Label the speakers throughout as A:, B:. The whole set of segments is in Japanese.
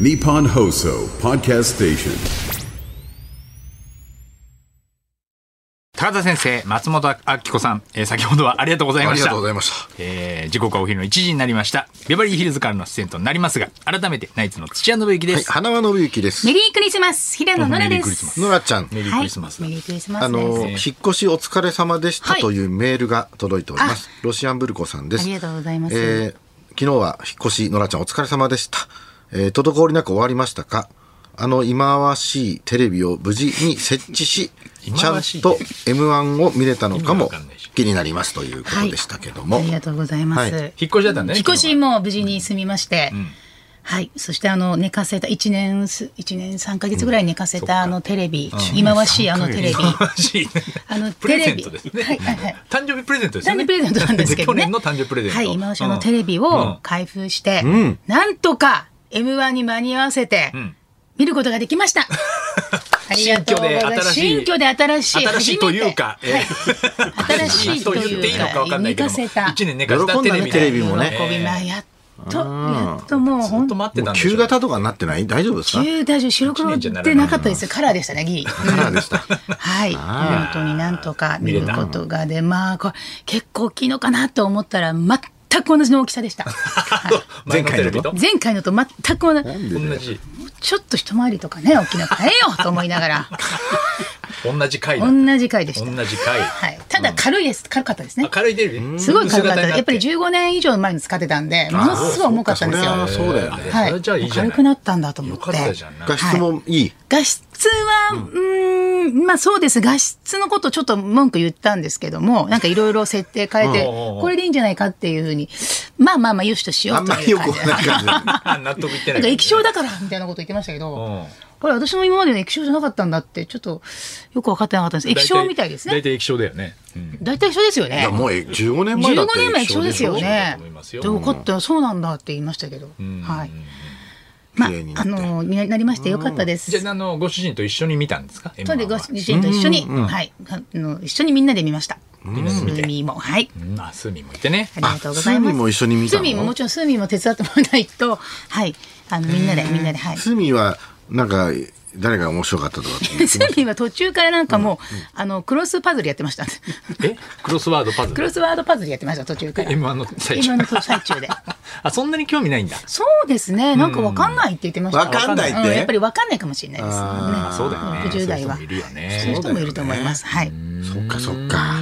A: Nippon Hoso Podcast Station.
B: 高田先生松本明子さん、えー先ほどはありがとうござい
C: あ
B: ま
C: り
B: し
C: が
B: た
C: とうございました。
B: えー時刻はお昼の1時になりましたビバリーヒルズからの出演となりますが改めてナイツの土屋信之で
C: はい、
B: す、
C: 花輪信之です
D: メ。リークリスマス平野ノラ
B: メリ
D: で
B: ークリスマ
D: す。
C: のらちゃん、
B: メリークリスマス、
D: はい、メリークリスマス
C: あ
D: です。
C: の、引っ越しお疲れ様でした
D: はい
C: というメールが届いております。ロシアンブルコさんです。
D: ありがとうございます
C: えー昨日は引っ越し、のらちゃんお疲れ様でした。えー滞りなく終わりましたかあの忌まわしいテレビを無事に設置し、
B: 忌
C: ち
B: ま
C: ゃん
B: わ
C: と
B: しい
C: M1 を見れたのか
B: 意味わ
C: も
B: かんないし
C: 気になりますということでしたけども。
D: ありがとうございます。
C: はい
B: 引っ越しだったんだね
D: 引っ越し
B: 昨
D: も無事に済みまして、はい、そしてあの寝かせた一年す一年三ヶ月ぐらい寝かせたあのテレビ、忌まわしいあのテレビ、
B: 日は忙しいね
D: あの
B: プレゼントですね、
D: はいはいはい。
B: 誕生日プレゼントですよ
D: 誕
B: ね
D: 生日プレゼントなんですけど ね。
B: 去年の誕生日プレゼント
D: はい、忌まわしいあのテレビを開封して、なんとか M1 に間に合わせて、見ることができました。ありがとうございま す
B: 新
D: 新
B: 居で
D: 居で
B: 新
D: 新
B: し
D: し
B: い
D: い。
B: 新しいというか
D: 初 めてはい
B: うん
D: 新しいと
B: 言ってい
D: い
B: いうのかわかんないけども
D: 寝かせた
B: 一年寝かせたテレビ
C: 喜んだねテレビもね
D: 喜びまあやっと、やっともう
B: ず
D: 本
B: っ
D: 当
B: と待って
C: も
B: た
C: うん
B: でしょ
C: 旧型とかになってない大丈夫ですか
D: 旧大丈夫白黒ってなかったですよカラーでしたねギリカ
C: ラーでした
D: はい本当になんとか見
B: れ
D: る
B: た
D: ことがでまあこれ結構大きいのかなと思ったら全く同じの大きさ でした、はい
B: 前回のテレビと
D: 前回のと全く同じ
B: 同じ
D: ちょっと一回りとかね大きな変えようと思いな がら
B: 同じ回だ
D: 同じ回でした
B: 同じ回
D: はい、ただ軽いです軽かったですね
B: 明るいテレビ
D: すごい軽かった
B: 薄型にな
D: やっぱり
B: て
D: 15年以上前に使ってたんでものすごい重かったんですよ
C: あそうだよね。
D: は
B: それじゃあいいじゃない
D: 軽くなったんだと思
B: よ
D: って
B: かったじゃんなんか
C: 画質もいい。
D: 画質は、うーん、まあそうです。画質のことちょっと文句言ったんですけども、なんかいろいろ設定変えて、
B: うん
D: これでいいんじゃないかっていうふうに、まあまあまあ、よしとしよ
C: あ
D: うんと
C: まり
D: いう
C: 良く
D: 感じで。
C: ない感じ。
B: あ納得いってな
D: ないんか液晶
B: だ
D: だからみたいなこと言ってましたけど、
B: うん
D: これ私も今までの液晶じゃなかったんだって、ちょっとよく分かってなかったんです。液晶みたいです
B: 大
D: ね。
B: 体液晶だよね。うん
D: 大体一緒ですよ
C: い
D: ね
C: や。もうえ15年前だ
D: 15
C: って
D: 年前一緒ですよね
B: 一緒だと思います。よ
D: どうかってそうなんだって言いましたけど、はい。まあ
C: 綺麗に、なっ
D: あ
C: て
D: の、になりましてよかったです。
B: じゃあ、あの、ご主人と一緒に見たんですか。
D: と
B: M1
D: でご
B: は
D: 主人と一緒に、はい、あの一緒にみんなで見ました。
B: んなで
D: ス
B: 見て
D: ーミーも、はい、
B: うんあ、スーミンもいてね
D: あ。りがとうござい
C: あ
D: ます。
C: スーミーも一緒に見たの
D: スーミーももちろんスーミーも手伝ってもらわないと、はい、あのみんなでみんなではい。ス
C: スミはなんか誰が面白かったとかって言って
D: ーミーは途中からなんかもう、あのクロスパズルやってました。
B: え、クロスワードパズ
D: ク
B: ル。
D: ロスワードパズルやってました途中から。
B: M1 の最
D: 今
B: 中。
D: の途最中で。
B: あ、そんなに興味ないんだ。
D: そうですね。なんかわかんないって言ってました。
C: わかんないって
D: うやっぱりわかんないかもしれないですもんね。
B: そうだよね。
D: 60代は
B: そういう人もいるよ
D: そうい
B: ね
D: う。人もいると思います。はい。
C: そっかそっか。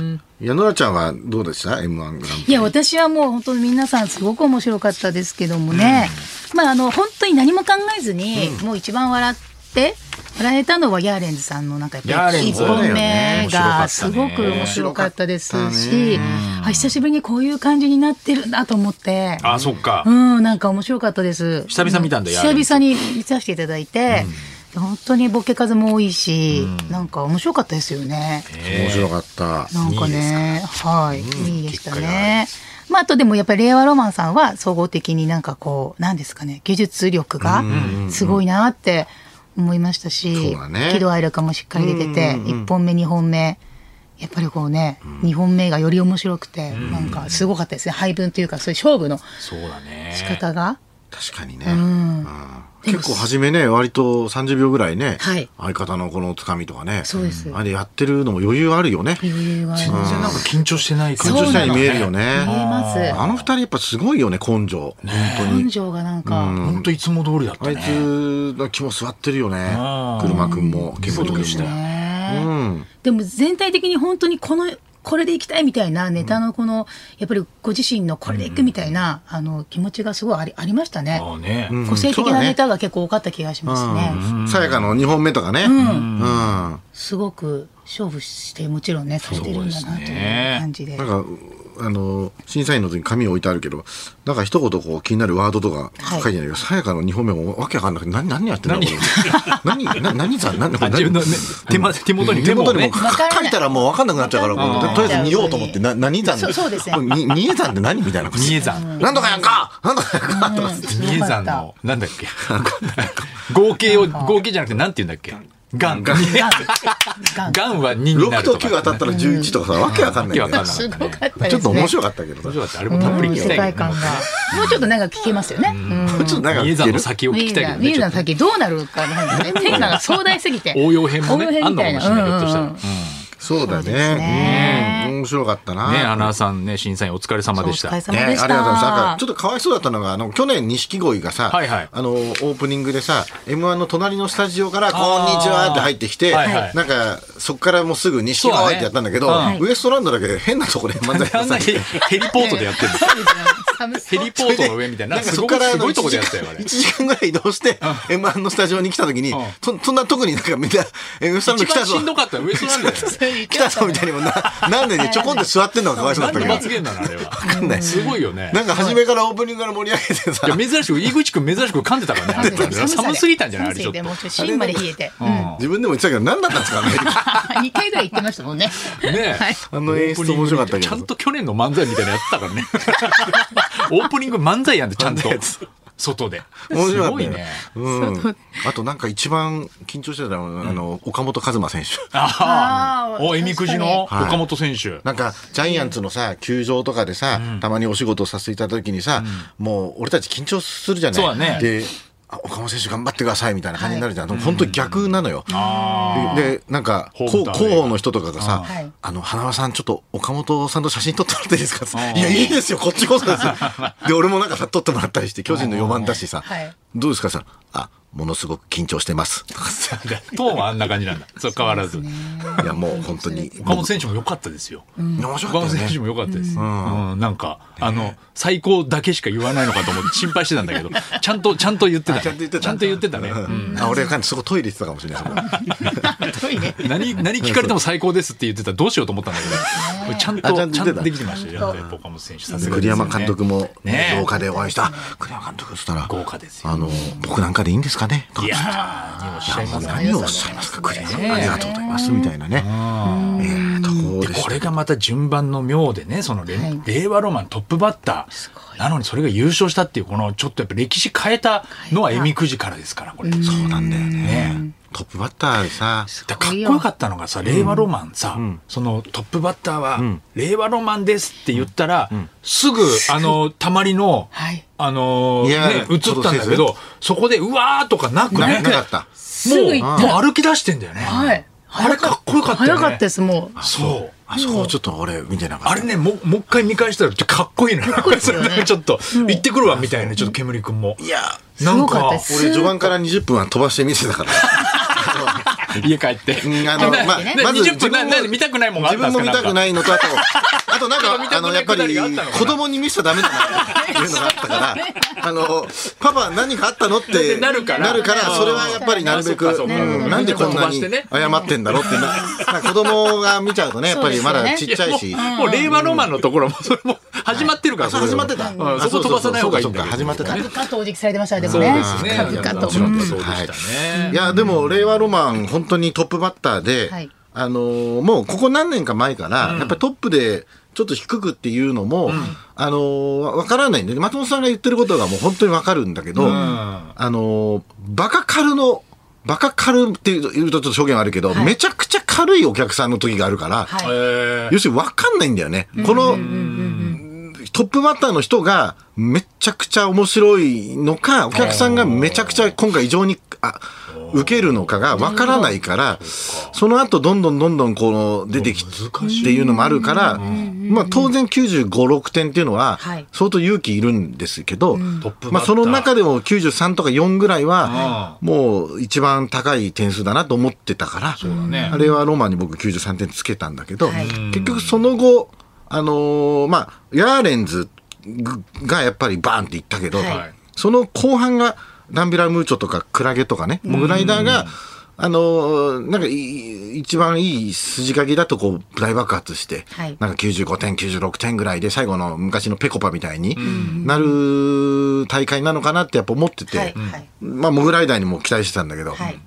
C: いや、ノラちゃんはどうでした ?M1 グランプ
D: い
C: リ。
D: や私はもう本当に皆さんすごく面白かったですけどもね、まああの本当に何も考えずに、もう一番笑って笑えたのはヤーレンズさんのなんかやっぱ
B: ヤーレ
D: り
B: ンズ
D: 1本目が
B: そう
D: す
B: だよ
D: ご
B: ね
D: く面白かったです
C: 面白かったね
D: し、あ久しぶりにこういう感じになってるんだと思って。
B: あ、そっか
D: う。ん、なんか面白かったです。
B: 久々見たんだ
D: う
B: ヤーレンズ
D: 久々に見させていただいて、本当にボケ数も多いし、なんか面白かったですよね。
B: え
C: 面
B: ー
C: 白かった。
D: なんかね、はい、いいでしたね。まあ、あとでもやっぱり令和ロマンさんは総合的になんかこう、なんですかね、技術力がすごいなって思いましたし、
C: そうだね
D: 喜怒哀楽もしっかり出てて、1本目、2本目、やっぱりこうね、2本目がより面白くて、なんかすごかったですね。配分というか、そういう勝負の
B: そうだね。
D: 仕方が。
C: 確かにね。うん結構初めね、割と30秒ぐらいね
D: はい、
C: 相方のこのつかみとかね。
D: そうです
C: あれやってるのも余裕あるよね。
D: 余裕があり
B: 全
D: ます
B: 然なんか緊張してない
C: 緊
B: 感
C: 張
B: じ
C: し
D: そう
C: た
D: な
C: よう
D: の
C: に見えるよ
D: 見え
C: ね。
D: ま
C: あの二人やっぱすごいよね、根性。本
D: す。
C: 当に
D: 根。性がなんか、
B: 本当いつも通りだった
C: あい
B: ね。
C: つの気も座ってるよね
B: あ。ー
C: 車くんも、ケン
B: そ
C: コ
B: う
C: 君
B: でした
C: も。
D: ね
C: うん。
D: でも全体的に本当にこのこれでいきたいみたいなネタのこの、やっぱりご自身のこれでいくみたいな、あの気持ちがすごいありありましたね。
B: ああね。
D: 個性的
C: そうだ
D: な
C: ね
D: ネタが結構多かった気がしますね。
C: さやかの2本目とかね。うん。
D: すごく勝負してもちろんねされてるんだなという感じで。
C: なんかうあの審査員の時に紙置いてあるけどなんか一言こう気になるワードとか
D: はい
C: 書いてあるけど、さやかの2本目もわけわかんなくて何何やってんだこれ何な何さ何これ
B: あ自分のね手ま手元に
C: 手
B: メモを
C: 元に
B: ね
C: も。か
D: わからない
C: 書いたらもうわかんなくなっちゃうから
D: わ
C: こ
D: かんな
C: う
D: い
C: とりあえず見ようと思ってな何山
D: そうそうですね
C: に二重山って何みたいな
B: 三重山
C: なんとかやんかなんとかやんかとか
D: うん
B: 三重山の、なんだっけ。合計を、合計じゃなくて、なんて言うんだっけ。ガン。
D: ガ ン
B: ガンは2になる
C: 6
B: と
C: と
B: か。
C: 9当たったら11とかさ、わけわかんない
B: わ
C: よ
B: け
C: ね
B: わかんない
D: すごかったですね。
C: ちょっと面白かったけど
B: 面白か
C: さ。
B: った。あれもたっぷり
D: う
B: 聞き
D: ん
B: たい
D: 世界
B: けど
D: 観が。もうちょっと長く聞けますよね。うん
C: もうちょっと長く
B: 比叡
C: 聞
B: 山
C: け
B: の
C: る。
B: 先を聞
D: ミ
B: きたいけどね。
D: ュ
B: ち
D: ー
B: ょ
D: ザ
B: っ
D: の先どうなるかな んですね。テーマが壮大すぎて。
B: と応用編もね、
D: 応用
B: あ
D: 編
B: んの
D: みた
B: か
D: い
B: も
D: な。
B: しれない。ひょっとしたら。
D: うん
B: う
D: うんん
B: ね
C: そうだ
D: そうです
C: ね
D: ね。
C: うん面白かったな。
B: アナーさんね、審査員お疲れ様でし
D: お疲
B: た
D: れ。様
C: ね、あ
D: で
C: り
D: した
C: がとうございます。なんか、ちょっとかわいそうだったのが、あの、去年、錦鯉がさ、
B: はいはい
C: あの、オープニングでさ、M1 の隣のスタジオから、こんにちはって入ってきて、
B: はいはい
C: なんか、そっからもうすぐ錦
B: そうだ
C: 鯉
B: ね
C: ってやったんだけど、
B: は
C: ウエストランドだけ変なとこで漫才
B: あんな
C: さ
B: ヘリヘリポートでや ってる
D: そうですね寒
B: ヘ
D: そう
B: リポートの上みたいな。
C: な
B: なんんか
C: か そ
B: す
C: こ
B: ご
C: か
B: く
C: ら
B: す
C: の
B: ご
C: 1
B: いとこ
C: 時
B: でや
C: 間
B: ったよ、あれ
C: 1。時間ぐらい移動して、M1 のスタジオに来た時に
B: ん、
C: そそんな特になんかみんな、えウエストランド
B: 一
C: 来た
B: 番
C: ぞ
B: し、んどかったのウエストラ ンドだよね
C: 来たぞみたいにもな、 なんでね、ちょこんで座ってんのがかわいそうだ
B: な
C: っ
B: んで罰
C: たけど、
B: ゲームなのあれは。
C: かんない
B: すごいよね。
C: なんか初めからオープニングから盛り上げてさ
B: い、や珍しく、井口くん珍しく噛んでたから
D: 寒
B: ね。寒すぎたんじゃないあれちょっと。
D: もうちょっと芯まで冷えて。う ん
C: 自分でも言ってたけど、何だったんですかね。
D: 2回ぐらい行ってましたもんね。
B: ね
D: はい
B: え。
C: あの演出面白かったけど
B: ちゃんと去年の漫才みたいなのやってたからね。 オープニング漫才やんで、ちゃんと。外で。
C: 面白か
B: す
C: った
B: ごい
C: よ
B: ね。
C: うん、あとなんか一番緊張してたのは、あの、岡本和真選手。
B: あ
D: あ
B: あ。
D: ー
B: お、えみくじの
C: 確かに
B: 岡本選手。
C: なんか、ジャイアンツのさ、球場とかでさ、たまにお仕事させていただいた時にさ、もう俺たち緊張するじゃな
B: そ
C: い
B: うだね
C: で、あ岡本選手頑張ってくださいみたいな感じになるじゃん。でも本当に逆なのよ。で、でなんか、こ
B: ホ
C: う
B: ーム
C: 広
B: タウン
C: 報の人とかがさ
D: はい、
C: あの、花輪さんちょっと岡本さんと写真撮ってもらっていいですかって
B: あー
C: いや、いいですよ、こっちこそ ですよ。で、俺もなんかさ、撮ってもらったりして、巨人の4番だしさ
D: はい、
C: どうですかさ、あ、ものすごく緊張し てます。とかさ
B: トーンはあんな感じ なんだ。そう変わらず。
C: いや、もう本当に。
B: 岡本選手も良かったですよ。
C: 面白か
B: 岡
C: っ
B: 本
C: た
B: 選
C: よ
B: 手
C: ね。
B: も良かったです。うん、なんか、あの、最高だけしか言わないのかと思って心配してたんだけど、ちゃんと、ちゃんと言ってたね。
C: ちゃんと言ってた
B: ちゃんと言ってたね。うん
C: あ、俺がそこトイレ行ってたかもしれない。そこ
D: トイレ。
B: 何、何聞かれても最高ですって言ってたらどうしようと思ったんだけど、 これちゃん
C: あちゃ
B: と、
C: ん
B: ち
C: と言
B: ゃ
C: ってた
B: んとできてましたよ。やっぱ岡本選手、さすがです
C: 栗
B: よね
C: 山監督も
B: ねえ
C: 廊下でお会いした。あ栗山監督っつったら、
B: 豪華ですよ。
C: あの、僕なんかでいいんですかねとか
B: いやー、におっしゃい
C: も
B: ま
C: う
B: す
C: 何をおっしゃいますか、栗山さ
B: ねえ
C: ん。ありがとうございます。みたいなね。ええところで
B: で
C: し
B: こ
C: た
B: れがまた順番の妙でねその、れん令和ロマントップバッターなのにそれが優勝したっていうこのちょっとやっぱ歴史変えたのはえみくじからですからこれ、そう
C: そうなんだよね
B: ね。
C: トップバッターでさ、
B: だからかっこよかったのがさ令和ロマンさ、そのトップバッターは、令和ロマンです」って言ったら、すぐあ のたまりの、
D: はい
B: あのー
C: いや
B: ね、映ったんだけどそこで「うわ!」とかなく
C: な
B: ね
C: なかった。
D: すぐ行
B: も
D: っ
B: う
D: た。
B: もう歩き出してんだよね、
D: はい。
B: あれかっこよかったよ
D: 早
B: ね
D: かったです、もう。
B: そう
C: あそこちょっと俺見てなかった。
B: あれね、もう、もう一回見返したら、ちょっとかっこいいのよ。
D: すよね
B: なん かちょっと、行ってくるわ、みたいな、ちょっと煙くんも。
C: いや、
B: な
D: す
B: ん
D: ごかった
B: か
D: で、す
C: 俺序盤から20分は飛ばして見てた から。
B: 家帰って。
C: うんあの、
B: な
C: まあ
B: な、
C: まず
B: 20
C: 自
B: 分、な、
C: 分も
B: な、見たくないもんがあったんで
C: 自
B: す
C: 分も
B: か
C: 見た
B: な
C: くなん
B: か
C: いのと、あと、あ となん
B: 見
C: か、
B: た
C: あ
B: く
C: の、
B: な
C: や
B: い
C: っぱ
B: くだり
C: り、
B: があったのかな
C: 子供に見せちゃダメだなっていうのがあっ たから、あの、パパ何かあったのっ
B: って
C: て、
B: なるから
C: それはやっぱりなるべく、
B: あそうかそうか
C: うんなんでこんなに謝ってんだろうってな、なんか子供が見ちゃうとね、やっぱりまだちっちゃいし。
B: もう、もう令和ロマンのところ も、それも、始まってるか
C: あ、
B: ら、
C: そう始まってた。
B: う
C: あ
B: んそこ飛ばさない方がいいんだ
C: そう
B: け
C: か、
B: ど
C: 始まってた。
D: カブカとお辞儀されてましたね、でも
B: そう
D: ね
B: です。ね。
D: カブカ
B: も
D: と
B: ち。ろんそうで
C: はい
B: したね。
C: いや、でも、令和ロマン、本当にトップバッターで、
D: はい
C: あのーもうここ何年か前から、やっぱりトップで、ちょっと低くっていうのも、あのーわわからないんで、松本さんが言ってることがもう本当にわかるんだけど、あのーバカカルの、バカカルっていうと言うとちょっと証言はあるけど、めちゃくちゃ軽いお客さんの時があるから、
D: はい
B: えー
C: 要するにわかんないんだよね。この、トップバッターの人がめちゃくちゃ面白いのか、お客さんがめちゃくちゃ今回異常に、あ、受けるのかがわからないから、その後どんどんどんどんこの出てきてっていうのもあるから、まあ当然95、6点っていうのは
D: はい
C: 相当勇気いるんですけど、
B: トップバッター
C: まあその中でも93とか4ぐらいは、もう一番高い点数だなと思ってたから、
B: だね
C: あれはロマンに僕93点つけたんだけど、
D: はい
C: 結局その後、あのーまあ、ヤーレンズがやっぱりバーンっていったけど、
D: はい
C: その後半がダンビラムーチョとかクラゲとかね、モグライダーが、あのーなんかいい一番いい筋書きだとこう大爆発して、
D: はい
C: なんか95点、96点ぐらいで最後の昔のペコパみたいになる大会なのかなってやっぱ思ってて、
D: はいはい
C: まあ、モグライダーにも期待してたんだけど、
D: はい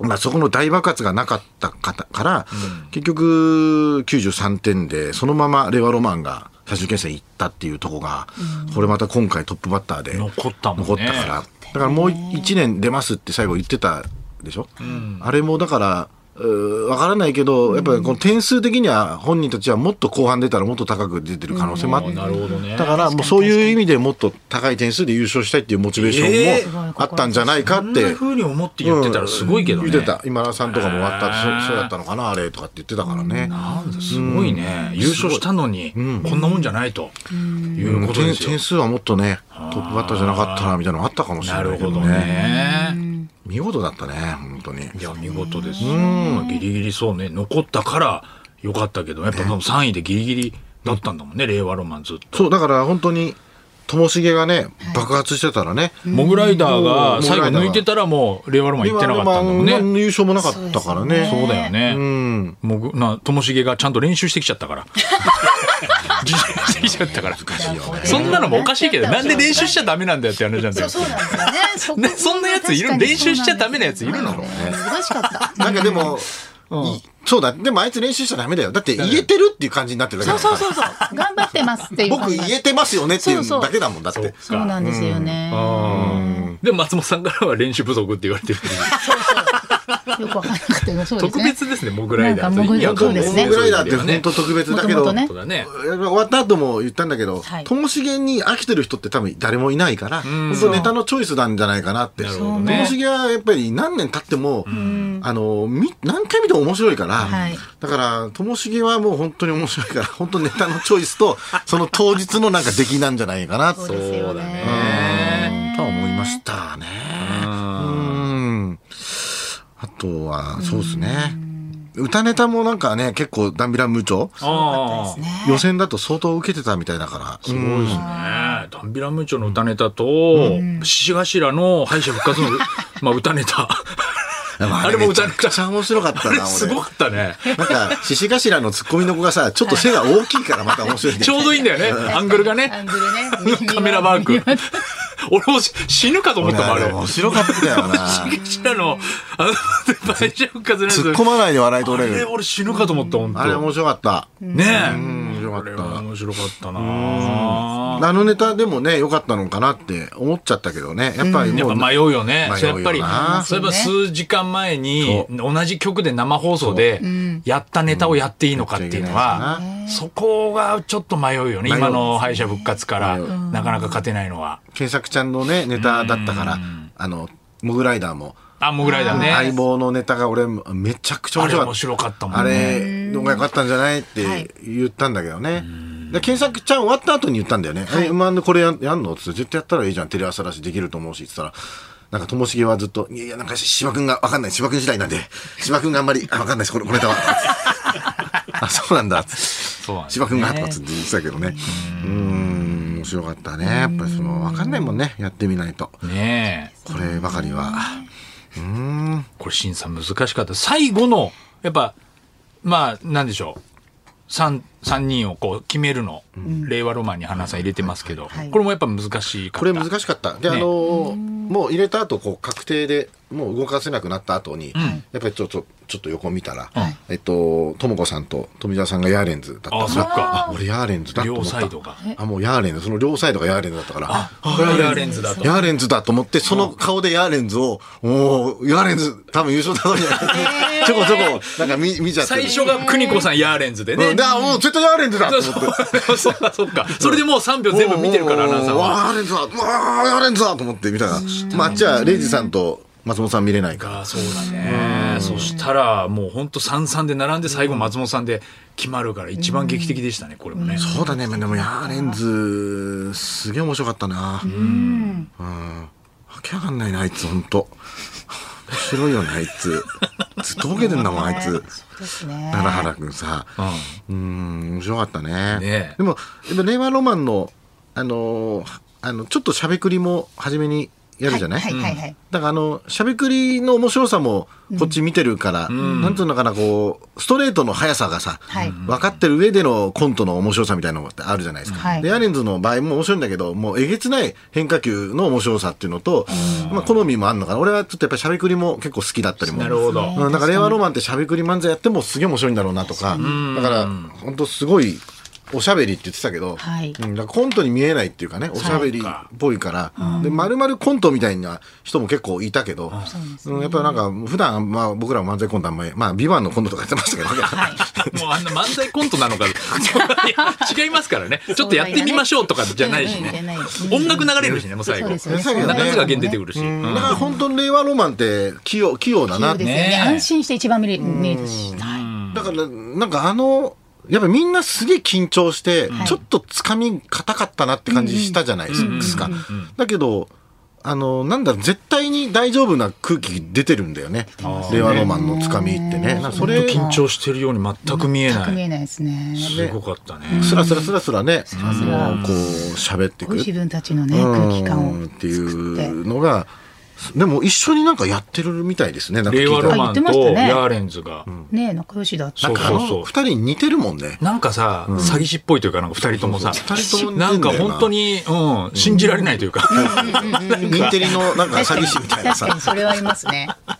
C: まあ、そこの大爆発がなかった方から、結局93点でそのまま令和ロマンが最終決戦行ったっていうとこが、これまた今回トップバッターで
B: 残ったもんね
C: 残ったからだからもう1年出ますって最後言ってたでしょ、あれもだからうーわからないけどやっぱりこの点数的には本人たちはもっと後半出たらもっと高く出てる可能性もあって、
B: なるほどね
C: だからもうそういう意味でもっと高い点数で優勝したいっていうモチベーションもあったんじゃないか
B: こ
C: っ
B: ん
C: て、
B: な風に思って言ってたらすごいけどね、
C: 言ってた今田さんとかも終わったそそうだったのかなあれとかって言ってたからね、
B: なんだすごいね、優勝したのに、こんなもんじゃないということ
C: 点
B: ですよ、
C: 点数はもっとねトップバッターじゃなかったなみたいなのあったかもしれ
B: な
C: な
B: る
C: いけど
B: ほ
C: ね
B: どね。
C: 見事だったね本当に
B: いや、見事です。まあギリギリそうね、残ったからよかったけど、やっぱもう3位でギリギリだったんだもんね、令和ロマンずっと。
C: そうだから本当にともしげがね爆発してたらね、
B: モグライダー
C: う
B: が
C: ん
B: 最後抜いてたらもう令和ロマン行ってなかったんだもん
C: 今
B: ね。
C: の優勝もなかったからね
B: そうだよ
C: う
B: ね。
C: ん
B: もぐなともしげがちゃんと練習してきちゃったから。 自習してきちゃったから。そんなのもおかしいけど、なんで練習しちゃダメなんだよって話なんだ
D: そ
B: よ
D: う。そうなんですよねそこ
B: ねそんなやついる
D: 確かに
B: 練習しちゃダメなやついるの
D: そうなんですよね難しかった
C: なんかでも、いそうだでもあいつ練習しちゃダメだよだって言えてるっていう感じになってるだけ
D: そう
C: だか
D: そう
C: ら
D: そうそう頑張ってますっていう
C: 僕
D: 感じ
C: 言えてますよねっていう
D: そうそう
C: だけだもんだって
D: そうなんですよね
B: で、松本さんからは練習不足って言われてるけど。
D: よくわからなかったけどそうです
B: 特
D: ね
B: 別ですね、モグライダー
D: なんかモグライダー
B: わかんない
D: そうですね
C: モグライダーって本当特別だけ
D: もとも
C: ど
D: とね
B: そうだね。
C: 終わった後も言ったんだけど
D: はい
C: ともしげに飽きてる人って多分誰もいないから本当ネタのチョイスなんじゃないかなって
B: なる
C: と
B: ほどね
C: もしげはやっぱり何年経ってもあのみ何回見ても面白いから
D: はい
C: だからともしげはもう本当に面白いから本当ネタのチョイスとその当日のなんか出来なんじゃないかなと
D: そうですよね
C: とは思いましたね。うん。あとは、そうですね。歌ネタもなんかね、結構ダンビラムーチョ、
B: ああ、ね
C: 予選だと相当受けてたみたいだから。すごいですね。
B: ダンビラムーチョの歌ネタと、獅子頭の敗者復活の、まあ歌ネタ。あれも歌ネ
C: めちゃ
B: タ
C: くち。ゃ面白かったな、
B: あ
C: 俺
B: れ。すごかったね。
C: なんか、獅子頭のツッコミの子がさ、ちょっと背が大きいからまた面白いね。
B: ちょうどいいんだよね、アングルがね。
D: アングルね右側
B: カメラワーク。俺も死ぬかと思ったもん、あ
C: 俺あ
B: れ。
C: れ面白かった よな。
B: 獅子頭の、あの、敗者復活のやつ。
C: 突っ込まないで笑い
B: あ
C: 取れ
B: れ
C: る。
B: 俺死ぬかと思った、本当
C: あれ面白かった。
B: ねえ。
C: 面白か
B: あれは
C: っ
B: 面白かったな
C: た。あのネタでもね、良かったのかなって思っちゃったけどね。やっぱり
B: やっ
C: も
B: ぱ
C: う、
B: 迷うよね。
C: 迷うよな
B: そうやっぱり
C: あ、
B: そういえば数時間前に、同じ曲で生放送で、やったネタをやっていいのかっていうのは、そこがちょっと迷うよね。
C: 迷う
B: 今の敗者復活から、なかなか勝てないのは。
C: 検索ちゃんのね、ネタだったから、あの、モグライダーも、
B: あ、モグライダー
C: 相
B: ね。
C: 棒のネタが俺、めちゃくちゃ
B: あれ
C: 面白かった。
B: 面白かったも
C: あ
B: んね。
C: れのが良かったんじゃないって言ったんだけどね。で検索ちゃん終わった後に言ったんだよね。え、まあ、これややんのって言って絶対やったらいいじゃん。テレ朝だしできると思うしって言ったら、なんかともしげはずっと、いやいや、なんか芝君がわかんない。芝君次第なんで、芝君があんまり、あわかんないです。これ、こ れだわ。あ、そうなんだ。
B: そうなんです
C: 芝君がとかつって言ってたけどね。うーん、面白かったね。やっぱりその、わかんないもんね。やってみないと。
B: ねえ。
C: こればかりは。
B: これ審査難しかった。最後の、やっぱ、まあ、なんでしょう。三、三人をこう決めるの。令和ロマンに花さん入れてますけど、
D: い
B: これもやっぱ難しいかった。
C: これ難しかった。で、
B: ね
C: あのーもう入れた後、こう確定で、もう動かせなくなった後に、やっぱりちょっと、ちょっと横見たら、えっと、ともこさんと富澤さんがヤーレンズだったから
B: あそっか
C: あ俺ヤーレンズだと思った。
B: 両サイドが
C: あ、もうヤーレンズ、その両サイドがヤーレンズだったから、
B: これはヤーレンズだと。
C: ヤーレンズだと思って、その顔でヤーレンズを、もう、ヤーレンズ、多分優勝だろうにゃないちょこちょこ、なんか見見ちゃって
B: 最
C: る。
B: 初が邦子さんヤーレンズで
C: う
B: ね
C: ん、で。あ、もう絶対ヤーレンズだと
B: そう
C: 思って。
B: そうそっかそっか。それでもう3秒全部見てるから、アナウンサー
C: わ
B: は。
C: あ、アレンズだわあ、アレンズだと思って見たら、まあ、あっちはレイジさんと松本さん見れないから。
B: あそうだね。そしたら、もうほんと3-3で並んで最後松本さんで決まるから一番劇的でしたね、これもね。
C: そうだね、でも、ヤーレンズ、すげえ面白かったな。うん。わけわかんないな、あいつ、ほんと。面白いよね、あいつ。ずっとボケてんだもん、あいつ。
D: そうですね
C: 奈良原くんさ。うん、面白かったね。
B: ねえ
C: でも、やっぱ令和ロマンの、あのーあの、ちょっとしゃべくりも初めにやるじゃない、
D: はいはいはいはい
C: だからあのしゃべくりの面白さもこっち見てるから、なんつうのかなこうストレートの速さがさ、
D: はい
C: 分かってる上でのコントの面白さみたいなのってあるじゃないですか、
D: はい
C: でヤーレンズの場合も面白いんだけどもうえげつない変化球の面白さっていうのと、まあ、好みもあるのかな俺はちょっとやっぱしゃべくりも結構好きだったりも
B: なるほど。
C: うん、なんか令和ロマンってしゃべくり漫才やってもすげえ面白いんだろうなとかだから本当すごいおしゃべりって言ってたけど、
D: はい
C: うん、だからコントに見えないっていうかねおしゃべりっぽいからで丸々コントみたいな人も結構いたけど、うんやっぱりなんか普段まあ僕らも漫才コントあんまりまあ「ビバンのコントとかやってましたけど、
B: もうあんな漫才コントなのかいや違いますからね ちょっとやってみましょうとかじゃないし
D: そうだ
B: ね
D: よね
B: 音楽流れるしねもう最後
D: そ
B: 中
D: うです
B: 津
D: よね
C: そうだよね
B: が出てくるし、
C: うんだから本当に令和ロマンって器用器用だな
D: そ
C: っ
D: う
C: て
D: ですよね
B: ね
D: 安心して一番見れ見れたしはい
C: だからなんかあのやっぱみんなすげえ緊張して、ちょっとつかみ硬かったなって感じしたじゃないですか、だけどあのなんだろう絶対に大丈夫な空気出てるんだよね令和ロマンのつかみってねなんかそ
B: それ
C: れ
B: 緊張してるように全く見え
D: 全
B: な
D: く見
B: い
D: えないですね
B: すごかったね、
C: スラスラスラスラね
D: スラ
C: もうこう喋って
D: す
C: く
D: ごい
C: る
D: 自分たちのね空気感
C: うん
D: を
C: って
D: 作って
C: いうのがでも一緒になんかやってるみたいですねなんか聞い
B: 令
C: た
B: 和ロマン
D: あ言ってま
B: と
D: したね
B: ヤーレンズが、
D: ねえ仲良しだって
B: そう
C: なんかあ
B: そう
C: の
B: そう
C: 二人似てるもんね
B: なんかさ、詐欺師っぽいというか、なんか二人ともさ、
C: そうそう二人とも似てんだ
B: な
C: よ
B: ん
C: な
B: か本当に、うん、信じられないというか、
C: インテリのなんか詐欺師みたいな
D: 確か
C: さ
D: にそれはありますね。
B: め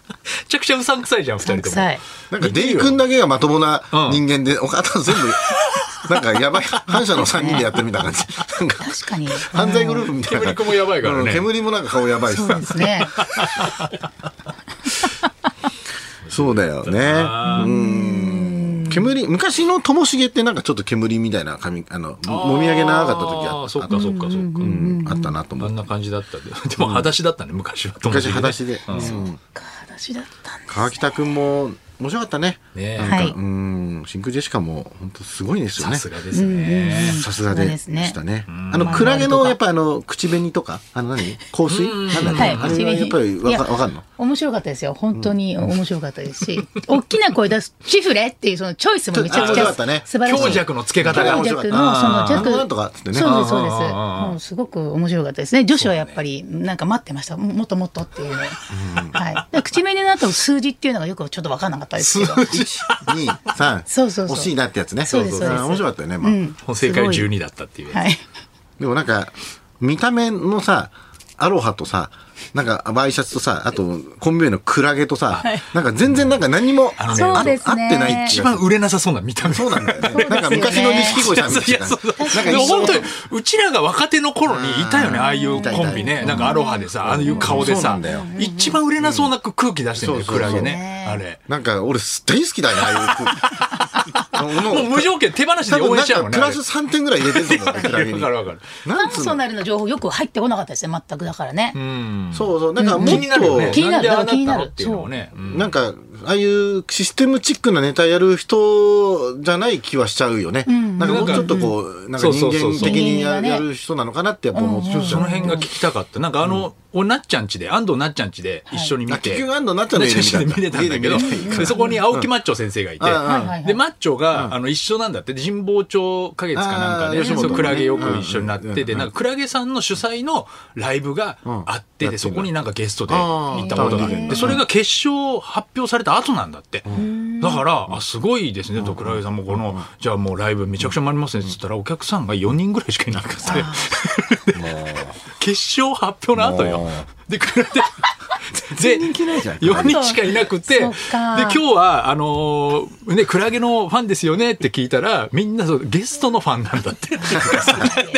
B: ちゃくちゃうさんくさいじゃん、二人とも。
D: 臭い。
C: なんかデイ君だけがまともな人間で、他は全部、 なんかやばい、反社の3人でやってるみたいな感じ。なんか
D: 確かに。
C: 犯罪グループみたいな。
B: 煙くんもやばいからね
C: うん煙もなんか顔やばいし
D: そう
C: さ
D: で。すね。
C: そうだよね。うん。煙、昔のともしげってなんかちょっと煙みたいな髪、あの、もみあげなかった時
B: あ
C: あ
B: ー
C: っ
B: そっかそっかそっか。
C: うんあったなと思
B: あ。
C: うん
B: な感じだったんで。でも、裸足だったね、昔は。
C: 昔、
B: 友
C: 裸
B: 達
C: 足
B: ね
C: で。うん
D: 裸足だったんです。
C: 川北くんも面白かったね。
B: ねえ
C: なんか
D: はい
C: うん。真空ジェシカも本当すごいですよ
B: さ
C: ね。
B: すがですね。
C: さすがでしたね。あの、
D: まあ
C: クラゲ
D: なんと
C: の、
D: か
C: やっぱあの、口紅とか、あの何、香水なんだっけ、
D: はい
C: あれはやっぱりわ
D: いや
C: かわかんの
D: 面白かったですよ。本当に面白かったですし、大きな声出す、チフレっていうそのチョイスもめちゃくち
C: ちょっとあ面白か
D: ゃ
C: ったね
D: 素晴らし
B: 強
D: い。
B: 弱の付け方
C: 強
B: が
D: 弱。
C: 弱
D: のその弱
C: あーなんとかっつってね
D: そうですそうです。
B: あーあーあー
D: もうすごく面白かったですね。女子はやっぱりなんか待ってました。ももっともっとっていうの。はい。だから口紅の後数字っていうのがよくちょっと分からなかったですけど。
C: 1、2、3。
D: そうそうそう
C: 惜しいなってやつね。
D: そうですそうです
C: あ面白かったよね、ま
D: う
C: あ。
D: ん。
B: 正解
D: すごい
B: 12だったっていうやつ。
D: はい。
C: でもなんか、見た目のさ、アロハとさ、なんかワイシャツとさ、あとコンビ名のクラゲとさ、なんか全然なんか何も
B: あのね
D: そう
C: 合っ
D: で
C: て
D: すね
C: ないってい
B: 一
C: うか
B: 番売れなさそうな見た目。
C: そうなんだよ
D: そうで
C: ね。
D: すよね
C: なんか昔の錦鯉さんみたいな。なんか
B: でも
C: 一緒
B: 本
C: の
B: 当にうちらが若手の頃にいたよねああいうコンビねなんかアロハでさああいう顔で
C: そうな
B: さ
C: んだよ
B: 一番売れなそうな空気出してるね
C: そう
B: ク
C: そう
B: ラ
C: そう
B: ゲねあれ
C: なんか俺大好きだよね、あ あいう空気あの。
B: もう無条件手放し
C: 多
B: で応
C: 分
B: 援
C: な
B: し
C: ん
B: ちゃうも
C: か
B: んね
C: プ
B: あ
C: ラ
B: れ
C: ス3点ぐらい入れてると思う、クラゲ
B: わ
C: に。
B: かるわかる
C: な
D: パ
C: ん
D: ー
C: つう
D: ソ
C: の
D: ナルの情報よく入ってこなかったですね。全くだからね。
C: そうそう、なんかもっ
B: 気になるよね
C: と、
D: 気にな
B: ん
D: る
B: でああったのっていうのもねうん
C: なんか、ああいうシステムチックなネタやる人じゃない気はしちゃうよね。なんかもうちょっとこう、なんか人間的にや
D: そうそうそうそう
C: やる人なのかなってやっぱ思う。
B: その辺が聞きたかったなんかあのおなっちゃんちで安藤なっちゃんちで一緒に見
C: あ結
B: て
C: 局安藤なっちゃんの
B: なっ
C: 家
B: ちゃんちで見れ
C: で見
B: たんだけど
C: 家で見れない
B: でそこに青木マッチョ先生がいて
C: うん
D: はいはいは
B: で、
D: い。
B: マッチョが、あの、一緒なんだって、で神保町花月かなんか
C: あ
B: で、
C: ー吉本
B: そ
C: の
B: う
C: ね
B: クラゲよく一緒になっ
C: うんうん
B: て、で、なんか、クラゲさんの主催のライブがあって、
C: うん
B: で、そこになんかゲストで
C: あー
B: 行ったことがあ
C: う
B: る。
C: ん
B: で、それが決勝発表された後なんだって。だから、あ、すごいですね、と、クラゲさんもこの、じゃあもうライブめちゃくちゃ回りますね、っつったら、お客さんが4人ぐらいしかいなくて、 決勝発表の後よ
C: もう。
B: で、クラゲ、全
C: 全然来ないじゃん
B: 4人しかいなくて、で、
D: そ
B: 今
D: っ
B: 日
D: か
B: は、あのーね、クラゲのファンですよねって聞いたら、みんなそうゲストのファンなんだ って。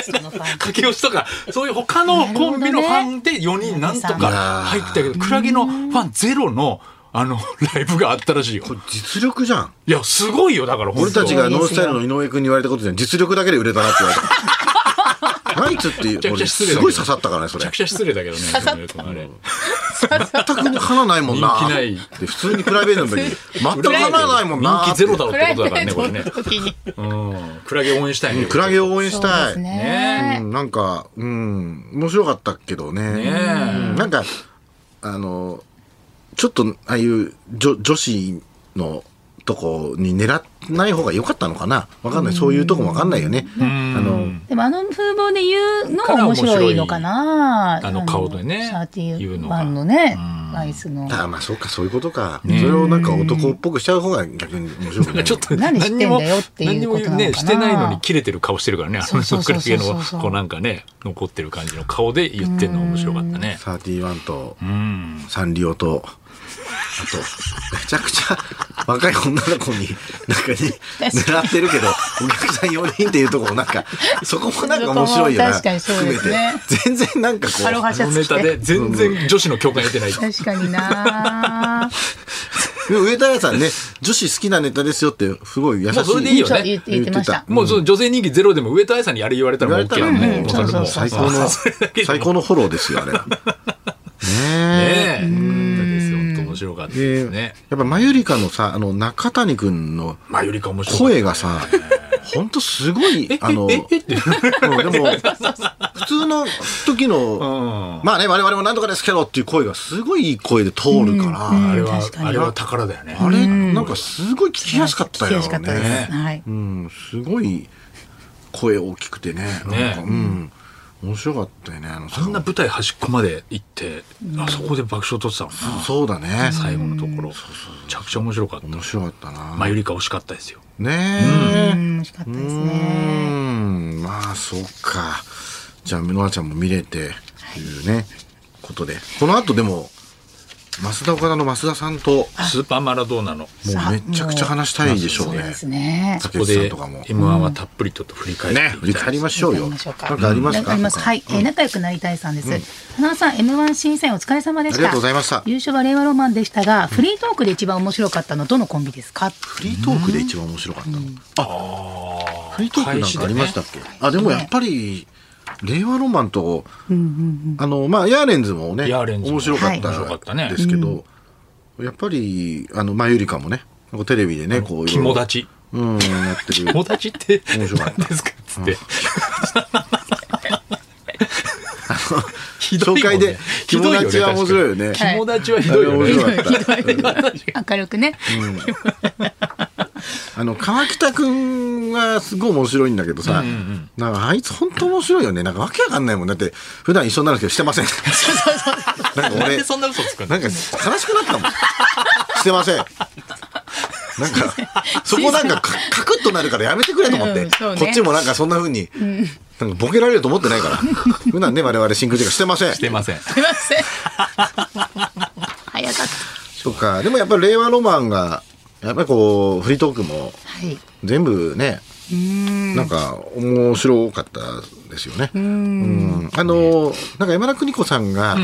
D: そのファン
B: 駆け落ちとか、そういう他のコンビのファンで4人なんとか入ったけど、クラゲのファンゼロの、あの、ライブがあったらしいよ。
C: 実力じゃん。
B: いや、すごいよ、だから、
C: 俺たち
B: が。
C: がノンスタイルの井上君に言われたことじゃん実力だけで売れたなって言われた。ナイツっていう
B: ちゃ、くちゃ
C: 俺
B: 失礼だけど
C: すごい刺さったからね、そ
B: め
C: れ
B: ちゃく。ちゃ失礼だ けどね。あれ
C: 全く花ないもんな。
B: 人気ない
C: で普通にプライベートの時、全く花ないもんな。
B: 人気ゼロだろ
D: プ
B: って
D: ライ
B: こと
D: ベ
B: だからね、
D: ー
B: こ
D: ト
B: れね
D: の。時に。
B: うん。クラゲ応援したいね。
C: クラゲ応援し
D: そう
C: た
D: で
C: い。
D: す
B: ね
D: ね
C: う。んなんか、うん、面白かったけどね。
B: ね
C: うんなんか、あの、ちょっと、ああいう女女子のとこに狙わない方が良かったのかな。わかんない。そういうとこもわかんないよね。あの、
D: でもあの風貌で言うのも面白いのかな
B: から面白いあの顔でね
D: サーティ
B: 言うのが
D: ワンのねアイスの
C: あまあそうか、そういうことか。それをなんか男っぽくしちゃう方が逆に面白
B: な
C: くなん
B: か
C: い。
B: ちょっと
D: 何してんだよっていう
B: 何にも
D: ことなのかな
B: ねしてないのに切れてる顔してるからねあ
D: そうそ
B: の
D: う
B: ク
D: そ
B: ラゲ
D: うそう
B: のこうなんかね残ってる感じの顔で言ってんの面白かったね
C: サーティワンと
B: うん
C: サンリオとと、めちゃくちゃ若い女の子に、なんかね、狙ってるけど、お客さん4人っていうところなんか、そこもなんか面白いよな。
D: そこも確かにそうですね
C: 含めて。全然なんかこ
D: アロ
C: う、
D: ハシ
B: こ
D: ャ
B: の
D: ツ
B: ネ
D: 着
B: タで
D: て。
B: 全然女子の共感得てない。
D: 確か にな。
C: 上田屋さんね、女子好きなネタですよって、すごい優しい。
B: もうそれでいいよ
D: そう
B: ね。
D: 言って言ってました。
B: もうその女性人気ゼロでも上戸彩さんにあれ言われた
C: 言
B: ら
C: わ
B: もう
C: れ
B: OK
C: たら
B: だね。もうそれ
C: もう
B: もう
D: そう
C: 最
D: そ
C: 高の、
B: それだけでも
C: 最高のフォローですよ、あ れは。
B: ねえ。
C: ねえ。
B: ですよ。本当面白かったで
C: です
B: ね。
C: やっぱ、まゆりかのさ、あの、中谷くんの
B: まあよりか面白かった。
C: 声がさ、ほんとすごい、あの、
B: ええって。
C: うんでも、普通の時の、まあね、我々も何とかですけどっていう声がすごいいい声で通るから、
B: あれは
D: 確か、に
B: あれは宝だよね。
C: あれ、なんかすごい聞きやすかったよ
D: 聞きやすかったです。
C: ね。
D: はい。
C: うん、すごい声大きくてね、なんか、うん、面白かったよね、あの、
B: あんな舞台端っこまで行って、あそこで爆笑取ってたもんな。
C: そうだね。
B: 最後のところ。めちゃくちゃ面白かった。
C: 面白かったな。
B: まあよりか惜しかったですよ。
C: ねえ。
D: うん、美味しかったですね。
C: うんまあそうかじゃあノアちゃんも見れてというねことでこの後でも増田岡田の増田さんとも
B: スーパーマラドーナの。
C: うめちゃくちゃ話したいでしょう
D: そう
C: ね
D: ですね。
B: ここ
C: 竹内
B: で
C: さんとかも
B: M1 はたっぷりと振り返っていきた
C: ね
B: い
C: 振り返りましょうよ
D: 行
C: な
D: き
C: ん
D: ましょうか
C: かありますか
D: あります。はい、えー仲良くなりたいさんです。花輪さん、M1 審査員お疲れ様でし
C: あ
D: た。
C: りがとうございました
D: 優勝は令和ロマンでしたが、フリートークで一番面白かったのどのコンビですか。
C: フリートークで一番面白かったのあフリートークなんかありましたっけあでもやっぱり令和ロマンとあのまあヤーレンズもね
B: ヤーレンズも
C: 面白かっ
B: はい面白かった
C: た
B: ね
C: ですけどやっぱりあのまあゆりかもねなんかテレビでねこうい
B: 肝
C: ろい
B: 立ち。
C: ろうんやってる
B: 肝立ちって
C: 面白かった
B: 何ですかっつって。 ひどいもん
C: 紹
B: ね
C: 介で「
B: ひ
C: 友
B: どよね
C: 達は面白いよね」
D: かに
B: 肝立ちはひどいよ
C: あれ面
B: ね。
C: 白かった
D: 明るくね。
C: あの川北くんがすごい面白いんだけどさ、なんかあいつ本当面白いよねなんかわけわかんないもんだって普段一緒になるけどして ません な
B: な
C: んか
B: ん
C: 俺
B: でそんな嘘つく
C: な
B: の
C: んか悲しくなったもんしてませんなんかそこなんかカカクッとなるからやめてくれと思って、
D: うんそうね
C: こっちもなんかそんな風に、なんかボケられると思ってないから普段ね我々真空ジェシカしてません
B: してません。
D: すいません。早かっ
C: とかでもやっぱり令和ロマンがやっぱりこうフリートークも
D: た。はい。
C: 全部ねなんか面白かったですよね。うんあのなんか山田邦子さんが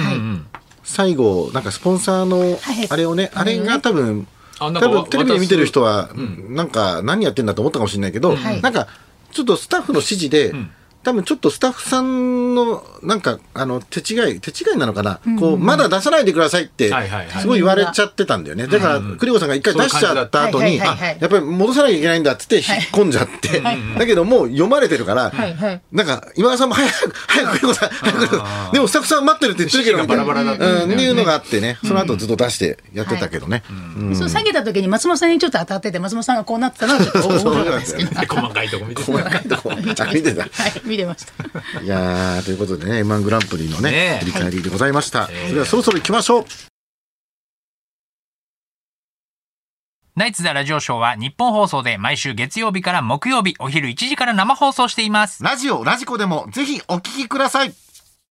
C: 最後なんかスポンサーの
D: はいはい
C: あれをねあれが多分
B: あ
C: 多
B: なんか
C: 分テレビで見てる人はなんか何やってんだと思ったかもしれないけど
D: はい
C: なんかちょっとスタッフの指示で多分ちょっとスタッフさんのなんかあの手違い手違いなのかなこうまだ出さないでくださいって
B: はいはいはい
C: すごい言われちゃってたんだよねだから邦子さんが一回出しちゃった後に
D: そういう感じだったはいはいはいはい
C: あやっぱり戻さなきゃいけないんだっつって引っ込んじゃって、だけどもう読まれてるから、
D: いはい
C: なんか今田さんも早く 早く早く早く早く早くでもスタッフさん待ってるって言ってるけどみたいな
B: 指示がバラバラだったんだよ
C: うんっていうのがあってね、その後ずっと出してやってたけどね、
D: そう下げた時に松本さんにちょっと当たってて松本さんがこうなってたのはちょっと面白かったですけど。
B: で細かいとこ見て
C: 細かいとこあ見 てた
D: はい、見てました。
C: いやーということでね M1 グランプリのね
B: ねえ
C: 振り返りでございました、それではそろそろ行きましょう
E: ナイツザラジオショーは日本放送で毎週月曜日から木曜日お昼1時から生放送しています。
C: ラジオラジコでもぜひお聞きください